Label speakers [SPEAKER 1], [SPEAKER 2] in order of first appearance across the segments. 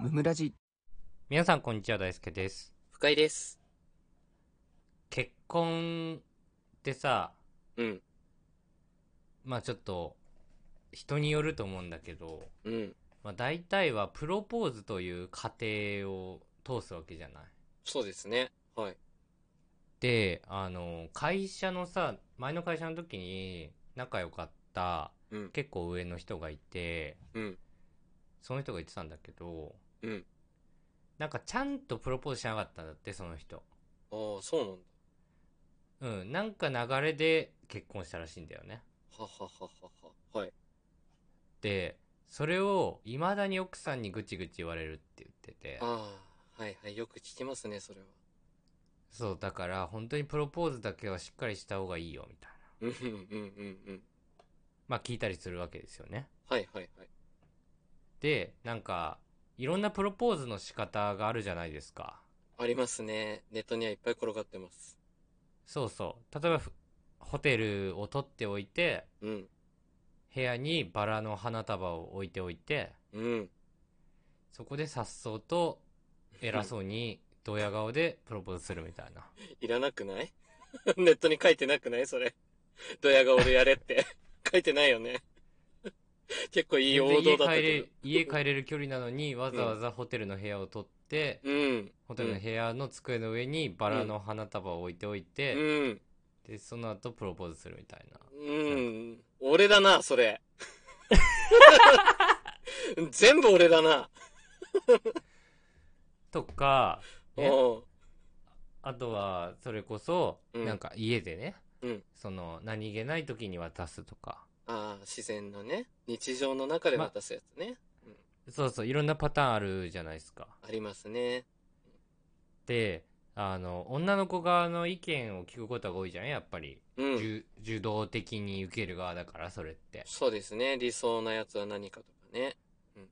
[SPEAKER 1] ムムラジ
[SPEAKER 2] 皆さんこんにちは大輔です
[SPEAKER 3] 深井です。
[SPEAKER 2] 結婚ってさ
[SPEAKER 3] うん、
[SPEAKER 2] まあちょっと人によると思うんだけど、
[SPEAKER 3] うん。
[SPEAKER 2] まあ、大体はプロポーズという過程を通すわけじゃない
[SPEAKER 3] そうですね。はい。
[SPEAKER 2] であの会社のさ前の会社の時に仲良かった
[SPEAKER 3] うん、
[SPEAKER 2] 結構上の人がいて
[SPEAKER 3] うん、
[SPEAKER 2] その人が言ってたんだけど
[SPEAKER 3] うん。
[SPEAKER 2] なんかちゃんとプロポーズしなかったんだってその人
[SPEAKER 3] ああ、そうなんだ。
[SPEAKER 2] うんなんか流れで結婚したらしいんだよね
[SPEAKER 3] ははははは。はい。
[SPEAKER 2] でそれをいまだに奥さんにぐちぐち言われるって言ってて
[SPEAKER 3] ああ、はいはい。よく聞きますね、それは。
[SPEAKER 2] そうだから本当にプロポーズだけはしっかりした方がいいよみたいな
[SPEAKER 3] うん、うん、うん、うん。
[SPEAKER 2] まあ聞いたりするわけですよね
[SPEAKER 3] はいはいはい。
[SPEAKER 2] でなんかいろんなプロポーズの仕方があるじゃないですか
[SPEAKER 3] ありますね。ネットにはいっぱい転がってます。
[SPEAKER 2] そうそう例えばふホテルを取っておいて
[SPEAKER 3] うん、
[SPEAKER 2] 部屋にバラの花束を置いておいて
[SPEAKER 3] うん。
[SPEAKER 2] そこで颯爽と偉そうにドヤ顔でプロポーズするみたいない
[SPEAKER 3] らなくない ネットに書いてなくないそれ。ドヤ顔でやれ って。書いてないよね。結構いい王道だった
[SPEAKER 2] 全然
[SPEAKER 3] けど。
[SPEAKER 2] 家帰れ家帰れる距離なのにわざわざホテルの部屋を取って、
[SPEAKER 3] うん、
[SPEAKER 2] ホテルの部屋の机の上にバラの花束を置いておいて、
[SPEAKER 3] うん、
[SPEAKER 2] でその後プロポーズするみたいな
[SPEAKER 3] うん。俺だな、それ。全部俺だな。
[SPEAKER 2] とかね
[SPEAKER 3] うん。
[SPEAKER 2] あとはそれこそ、
[SPEAKER 3] うん
[SPEAKER 2] なんか家でね、
[SPEAKER 3] うん
[SPEAKER 2] その何気ない時に渡すとか
[SPEAKER 3] ああ、自然のね、日常の中で渡すやつね。
[SPEAKER 2] そうそういろんなパターンあるじゃないですか
[SPEAKER 3] ありますね。
[SPEAKER 2] であの女の子側の意見を聞くことが多いじゃんやっぱり、
[SPEAKER 3] うん。
[SPEAKER 2] 受受動的に受ける側だからそれって
[SPEAKER 3] そうですね。理想なやつは何かとかね。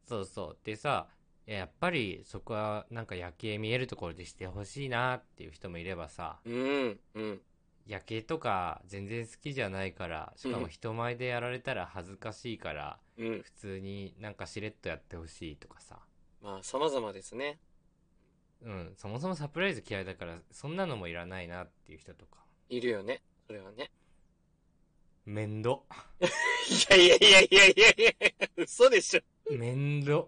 [SPEAKER 2] そうそう。でさ、いややっぱりそこはなんか夜景見えるところでしてほしいなっていう人もいればさ、
[SPEAKER 3] うん、うん、
[SPEAKER 2] 夜景とか全然好きじゃないから、しかも人前でやられたら恥ずかしいから、
[SPEAKER 3] うん。
[SPEAKER 2] 普通になんかしれっとやってほしいとかさ。
[SPEAKER 3] まあ、様々ですね。
[SPEAKER 2] うん、そもそもサプライズ嫌いだから、そんなのもいらないなっていう人とか。
[SPEAKER 3] いるよね。それはね。
[SPEAKER 2] 面倒。
[SPEAKER 3] いやいやいやいやいやいや嘘でしょ。
[SPEAKER 2] 面倒。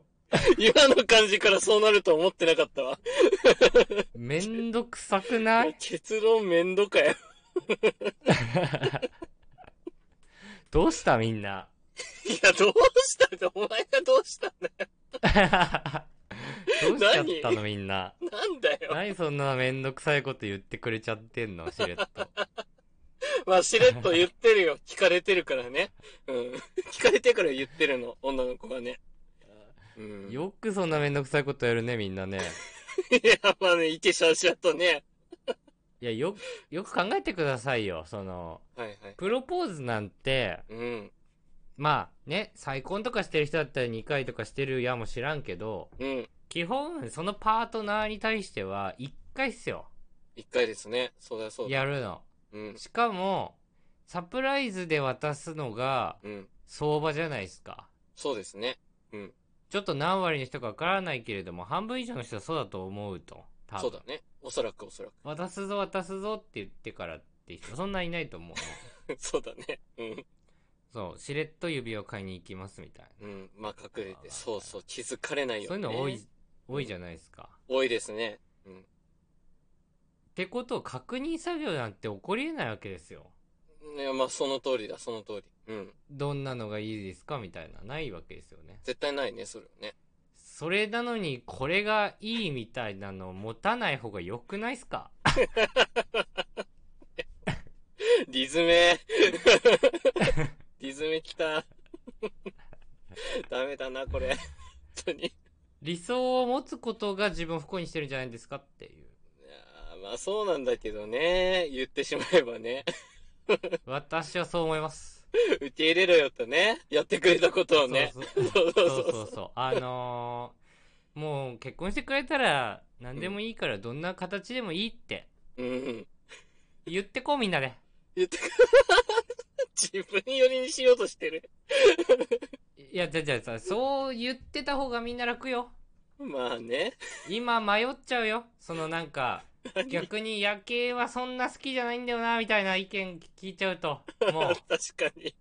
[SPEAKER 3] 今の感じからそうなると思ってなかったわ。
[SPEAKER 2] 面倒くさくない
[SPEAKER 3] 結論めんどかよ。
[SPEAKER 2] どうしたみん な。
[SPEAKER 3] いや、どうしたって、お前がどうしたんだ
[SPEAKER 2] どうしちゃったのみんな。
[SPEAKER 3] よ。なんだよ。
[SPEAKER 2] 何そんなめんどくさいこと言ってくれちゃってんのしれっと。
[SPEAKER 3] まあ、しれっと言ってるよ。 聞かれてるからね。うん。 聞かれてから言ってるの、女の子がね。 うん。いや、
[SPEAKER 2] よくそんなめんどくさいことやるね、みんなね。
[SPEAKER 3] まあね、いけしゃしゃとね。
[SPEAKER 2] いや、よ、よく考えてくださいよ。その、
[SPEAKER 3] はいはい。
[SPEAKER 2] プロポーズなんて、
[SPEAKER 3] うん。
[SPEAKER 2] まあね、再婚とかしてる人だったら2回とかしてるやも知らんけど、
[SPEAKER 3] うん。
[SPEAKER 2] 基本、そのパートナーに対しては1回っすよ。
[SPEAKER 3] 一回ですね。そうだそうだ。
[SPEAKER 2] やるの。
[SPEAKER 3] うん。
[SPEAKER 2] しかも、サプライズで渡すのが
[SPEAKER 3] うん。
[SPEAKER 2] 相場じゃないですか。
[SPEAKER 3] そうですね。うん。
[SPEAKER 2] ちょっと何割の人かわからないけれども、半分以上の人はそうだと思うと。多分
[SPEAKER 3] そうだね。おそらくおそら
[SPEAKER 2] 渡すぞ渡すぞって言ってからって人そんないないと思う
[SPEAKER 3] く。 そうだね。うん。
[SPEAKER 2] そうしれっと指を買いに行きますみたい
[SPEAKER 3] うん。まあ、隠れ
[SPEAKER 2] まあ
[SPEAKER 3] て。そうそう。気づかれな
[SPEAKER 2] ない
[SPEAKER 3] よ
[SPEAKER 2] そう
[SPEAKER 3] ね。
[SPEAKER 2] いうの多い、。多いじゃないですか
[SPEAKER 3] 多いですね。うん。
[SPEAKER 2] ってことを確認作業なんて起こりえないわけですよ
[SPEAKER 3] いや、まあ、その通りだ、その通り。うん。
[SPEAKER 2] どんなのがいいですかみたいなないわけですよね
[SPEAKER 3] 絶対ないね、それはね。
[SPEAKER 2] それなのにこれがいいみたいなのを持たない方が良くないっすか
[SPEAKER 3] リズメ。リズメきた。ダメだな、これ。本当に。い
[SPEAKER 2] 理想を持つことが自分を不幸にしてるんじゃないですかっていう
[SPEAKER 3] やーまあそうなんだけどね。言ってしまえばね。
[SPEAKER 2] 私はそう思います
[SPEAKER 3] 受け入れろよとね。やってくれたことをね。
[SPEAKER 2] そうそう
[SPEAKER 3] そうそう
[SPEAKER 2] そう
[SPEAKER 3] そう
[SPEAKER 2] そうそう。あのー、もう結婚してくれたら何でもいいからどんな形でもいいって
[SPEAKER 3] うん。
[SPEAKER 2] 言ってこうみんなで。
[SPEAKER 3] 言ってく自分寄りにしようとしてる。
[SPEAKER 2] いや、じゃあじゃあさ、そう言ってた方がみんな楽よ。
[SPEAKER 3] まあね。
[SPEAKER 2] 今迷っちゃうよ。そのなんか、逆に夜景はそんな好きじゃないんだよな、みたいな意見聞いちゃう と、もう
[SPEAKER 3] 確かに。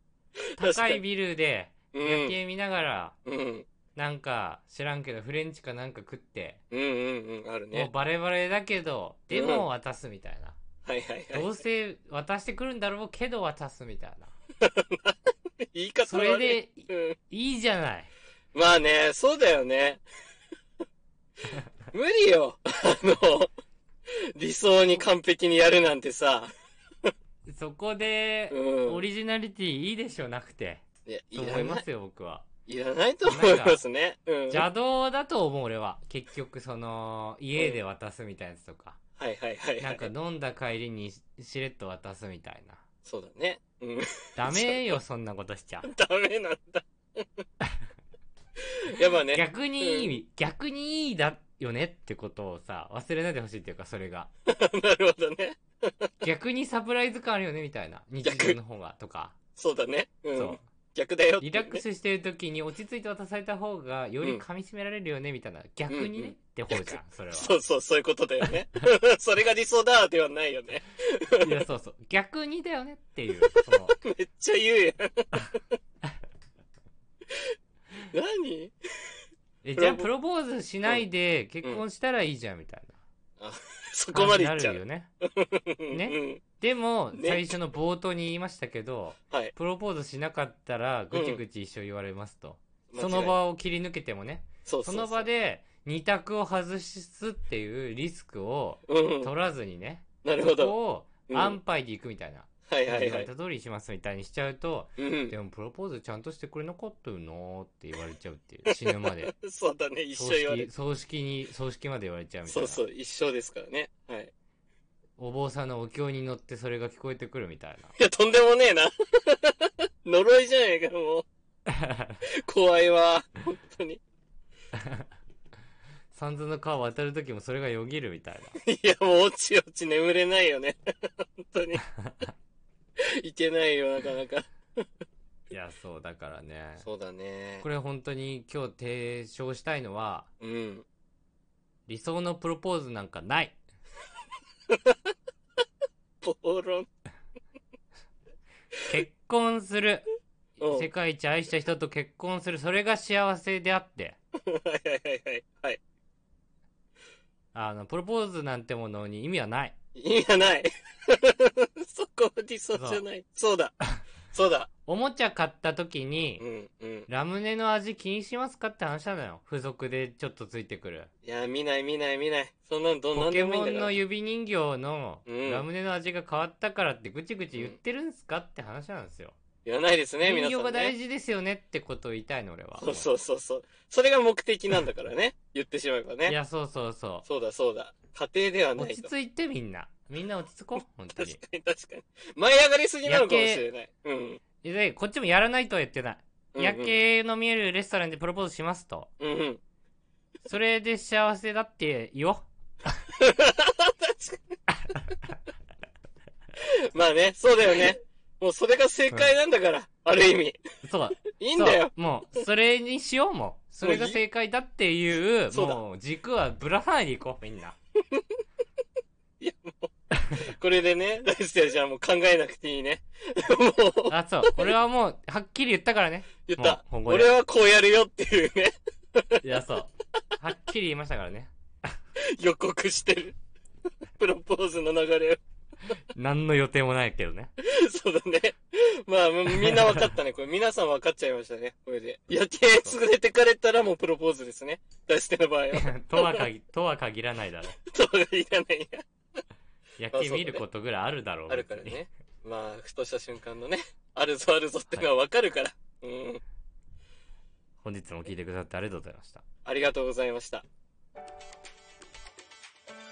[SPEAKER 2] 高
[SPEAKER 3] 確か
[SPEAKER 2] い
[SPEAKER 3] に。
[SPEAKER 2] ビルで
[SPEAKER 3] う
[SPEAKER 2] 夜
[SPEAKER 3] ん。
[SPEAKER 2] 景見ながら、
[SPEAKER 3] うん。
[SPEAKER 2] なんか知らんけどフレンチかなんか食って、
[SPEAKER 3] うんうんうん。ある
[SPEAKER 2] もう
[SPEAKER 3] ね。
[SPEAKER 2] バレバレだけど、で
[SPEAKER 3] うん
[SPEAKER 2] も渡すみたいな。
[SPEAKER 3] はいはい
[SPEAKER 2] ど
[SPEAKER 3] は
[SPEAKER 2] うせ渡してくるんだろうけど渡すみたいな。
[SPEAKER 3] い。言い方
[SPEAKER 2] そ
[SPEAKER 3] 悪い。
[SPEAKER 2] れでい
[SPEAKER 3] うん。
[SPEAKER 2] いいじゃない。
[SPEAKER 3] まあね、そうだよね。 無理よ。あの、理想に完璧にやるなんてさ。
[SPEAKER 2] そこで、
[SPEAKER 3] うん
[SPEAKER 2] オリジナリティいいでしょなくて。
[SPEAKER 3] いや、い
[SPEAKER 2] と思
[SPEAKER 3] ら
[SPEAKER 2] い
[SPEAKER 3] な
[SPEAKER 2] ま
[SPEAKER 3] い。
[SPEAKER 2] すよ、僕は。
[SPEAKER 3] いらないと思いますね。うん。
[SPEAKER 2] 邪道だと思う、俺は。結局、その、家で渡すみたいなやつとか。
[SPEAKER 3] はいはいはいは
[SPEAKER 2] なん
[SPEAKER 3] い
[SPEAKER 2] か。飲んだ帰りにしれっと渡すみたいな。
[SPEAKER 3] そうだね。うん。
[SPEAKER 2] ダメよ、そんなことしちゃ。
[SPEAKER 3] ダメなんだ。やっぱね。
[SPEAKER 2] 逆にいい、逆にいいだよねってことをさ、忘れないでほしいっていうか、それが。
[SPEAKER 3] なるほどね。
[SPEAKER 2] 逆にサプライズ感あるよね、みたいな。日常の方が、とか。
[SPEAKER 3] そうだね。う
[SPEAKER 2] そ
[SPEAKER 3] ん
[SPEAKER 2] う。。
[SPEAKER 3] 逆だよってい
[SPEAKER 2] リ
[SPEAKER 3] うね、
[SPEAKER 2] ラックスしてる時に落ち着いて渡された方が、より噛み締められるよね、みたいな。逆に
[SPEAKER 3] うんう
[SPEAKER 2] ね、
[SPEAKER 3] ん
[SPEAKER 2] って方じゃん、それは。
[SPEAKER 3] そうそう、そういうことだよ ね。それが理想だではないよね。
[SPEAKER 2] いや、そうそう。逆にだよねっていう、そ の、
[SPEAKER 3] めっちゃ言うやん。 何
[SPEAKER 2] え、じゃあプロポーズしないで結婚したらいいじゃんみたいな。
[SPEAKER 3] そこまで言
[SPEAKER 2] な
[SPEAKER 3] っちゃ
[SPEAKER 2] る
[SPEAKER 3] う。
[SPEAKER 2] よね。
[SPEAKER 3] うん
[SPEAKER 2] ね
[SPEAKER 3] うん
[SPEAKER 2] でも、
[SPEAKER 3] ね
[SPEAKER 2] 最初の冒頭に言いましたけど、
[SPEAKER 3] はい
[SPEAKER 2] プロポーズしなかったらぐちぐち一生言われますと。そ
[SPEAKER 3] 間違
[SPEAKER 2] の
[SPEAKER 3] い
[SPEAKER 2] 場を切り抜けてもね、
[SPEAKER 3] そう
[SPEAKER 2] そ
[SPEAKER 3] そうそう
[SPEAKER 2] の場、で二択を外すっていうリスクを
[SPEAKER 3] うん、
[SPEAKER 2] 取らずにね、
[SPEAKER 3] なるほ
[SPEAKER 2] そ
[SPEAKER 3] ど。
[SPEAKER 2] こ
[SPEAKER 3] う
[SPEAKER 2] を
[SPEAKER 3] ん
[SPEAKER 2] 安牌で行くみたいな。
[SPEAKER 3] はいは
[SPEAKER 2] 言
[SPEAKER 3] い
[SPEAKER 2] わ
[SPEAKER 3] は
[SPEAKER 2] れた
[SPEAKER 3] い。
[SPEAKER 2] 通りしますみたいにしちゃうと、
[SPEAKER 3] うん
[SPEAKER 2] で、もプロポーズちゃんとしてくれなかったよなーって言われちゃうっていう、死 ぬまで。
[SPEAKER 3] そうだね、 一
[SPEAKER 2] 葬
[SPEAKER 3] 生言われ
[SPEAKER 2] 式
[SPEAKER 3] る。
[SPEAKER 2] 葬式に葬式まで言われちゃうみたい
[SPEAKER 3] そう
[SPEAKER 2] な
[SPEAKER 3] そう、一生ですからね。はい。
[SPEAKER 2] お坊さんのお経に乗ってそれが聞こえてくるみたい
[SPEAKER 3] いや、とんでもねえな。 呪いじゃねえか、もう。
[SPEAKER 2] な
[SPEAKER 3] 怖いわ。本当に。
[SPEAKER 2] 三途の川渡る時もそれがよぎるみたい
[SPEAKER 3] いや、もう、落ち落ち眠れないよね。本 当に。いけないよ、なかなか。
[SPEAKER 2] ないやそうだからね
[SPEAKER 3] そうだね
[SPEAKER 2] こ。れ本当に今日提唱したいのは
[SPEAKER 3] うん。
[SPEAKER 2] 理想のプロポーズなんかない
[SPEAKER 3] 暴論。
[SPEAKER 2] 結婚す る
[SPEAKER 3] うん。は
[SPEAKER 2] 世
[SPEAKER 3] い
[SPEAKER 2] 界一愛した人と結婚するそれが幸せであって
[SPEAKER 3] はいはいはい。はい。
[SPEAKER 2] あのプロポーズなんてものに意味はない
[SPEAKER 3] 意味がない。 そこは理想じゃない。そう だ。そうだ。
[SPEAKER 2] おもちゃ買った時に、
[SPEAKER 3] うん、うん。
[SPEAKER 2] ラムネの味気にしますかって話なのよ付属でちょっとついてくる
[SPEAKER 3] いや、見ない見ない見ない。そんなのどうな
[SPEAKER 2] ポ
[SPEAKER 3] んで
[SPEAKER 2] ケ
[SPEAKER 3] もいいん
[SPEAKER 2] モ
[SPEAKER 3] だ
[SPEAKER 2] ン
[SPEAKER 3] から
[SPEAKER 2] の。指人形の
[SPEAKER 3] うん
[SPEAKER 2] ラムネの味が変わったからってぐちぐち言ってるんすかって話なんですよ。
[SPEAKER 3] 言わないですね、
[SPEAKER 2] 人
[SPEAKER 3] 皆さん、
[SPEAKER 2] 形
[SPEAKER 3] ね。
[SPEAKER 2] が大事ですよねってことを言いたいの俺は。
[SPEAKER 3] そうそうそうそう。それが目的なんだか らね。言ってしまえば
[SPEAKER 2] い
[SPEAKER 3] ね。
[SPEAKER 2] や、そうそうそ
[SPEAKER 3] そうだそうだ。家庭では
[SPEAKER 2] う。
[SPEAKER 3] な
[SPEAKER 2] 落
[SPEAKER 3] い
[SPEAKER 2] ち
[SPEAKER 3] と。
[SPEAKER 2] 着いてみんな。みんな落ち着こう。本当に
[SPEAKER 3] 確。かに確かに。舞い上がりすぎなのかもしれない。うん。
[SPEAKER 2] で、こっちもやらないとは言ってない。
[SPEAKER 3] うんうん
[SPEAKER 2] 夜。景の見えるレストランでプロポーズしますと。
[SPEAKER 3] うんうん。
[SPEAKER 2] それで幸せだって言おう。
[SPEAKER 3] 確か に。まあね、そうだよね。もうそれが正解なんだから、ある意味。
[SPEAKER 2] そう。
[SPEAKER 3] いいんだよ。
[SPEAKER 2] そうもう、それにしようもう。それが正解だっていう、
[SPEAKER 3] そうだ
[SPEAKER 2] もう軸はぶらさないでいこう、みんな。
[SPEAKER 3] これでね、大輔はじゃあもう考えなくていいね。もう、
[SPEAKER 2] あ、そう。俺はもう、はっきり言ったからね。
[SPEAKER 3] 言った。
[SPEAKER 2] もうこれ
[SPEAKER 3] 俺はこうやるよっていうね、
[SPEAKER 2] いや、そう。はっきり言いましたからね。
[SPEAKER 3] 予告してる。プロポーズの流れを。
[SPEAKER 2] 何の予定もないけどね。
[SPEAKER 3] そうだね。まあ、みんな分かったね。これ、皆さん分かっちゃいましたね。これで。夜景連れてかれたらもうプロポーズですね。出しての場合は。
[SPEAKER 2] とはかぎ、とは限らないだろう。
[SPEAKER 3] そうがいらないや。
[SPEAKER 2] 夜
[SPEAKER 3] あそう
[SPEAKER 2] 景
[SPEAKER 3] だね
[SPEAKER 2] 見ることぐらいあるだろう。
[SPEAKER 3] あるから
[SPEAKER 2] 別に。
[SPEAKER 3] ね。まあ、ふとした瞬間のね、あるぞあるぞってのは分かるから。うん。
[SPEAKER 2] 本日も聞いてくださってありがとうございました。
[SPEAKER 3] ありがとうございました。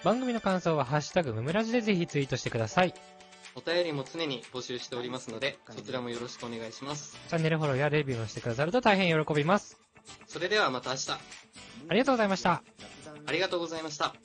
[SPEAKER 2] 番組の感想は、ハッシュタグムムラジでぜひツイートしてください。チ
[SPEAKER 3] お便りも常に募集しておりますので、そちらもよろしくお願いします。
[SPEAKER 2] ャンネルフォローやレビューもしてくださると大変喜びます。
[SPEAKER 3] それではまた明日、
[SPEAKER 2] ありがとうございました。
[SPEAKER 3] ありがとうございました。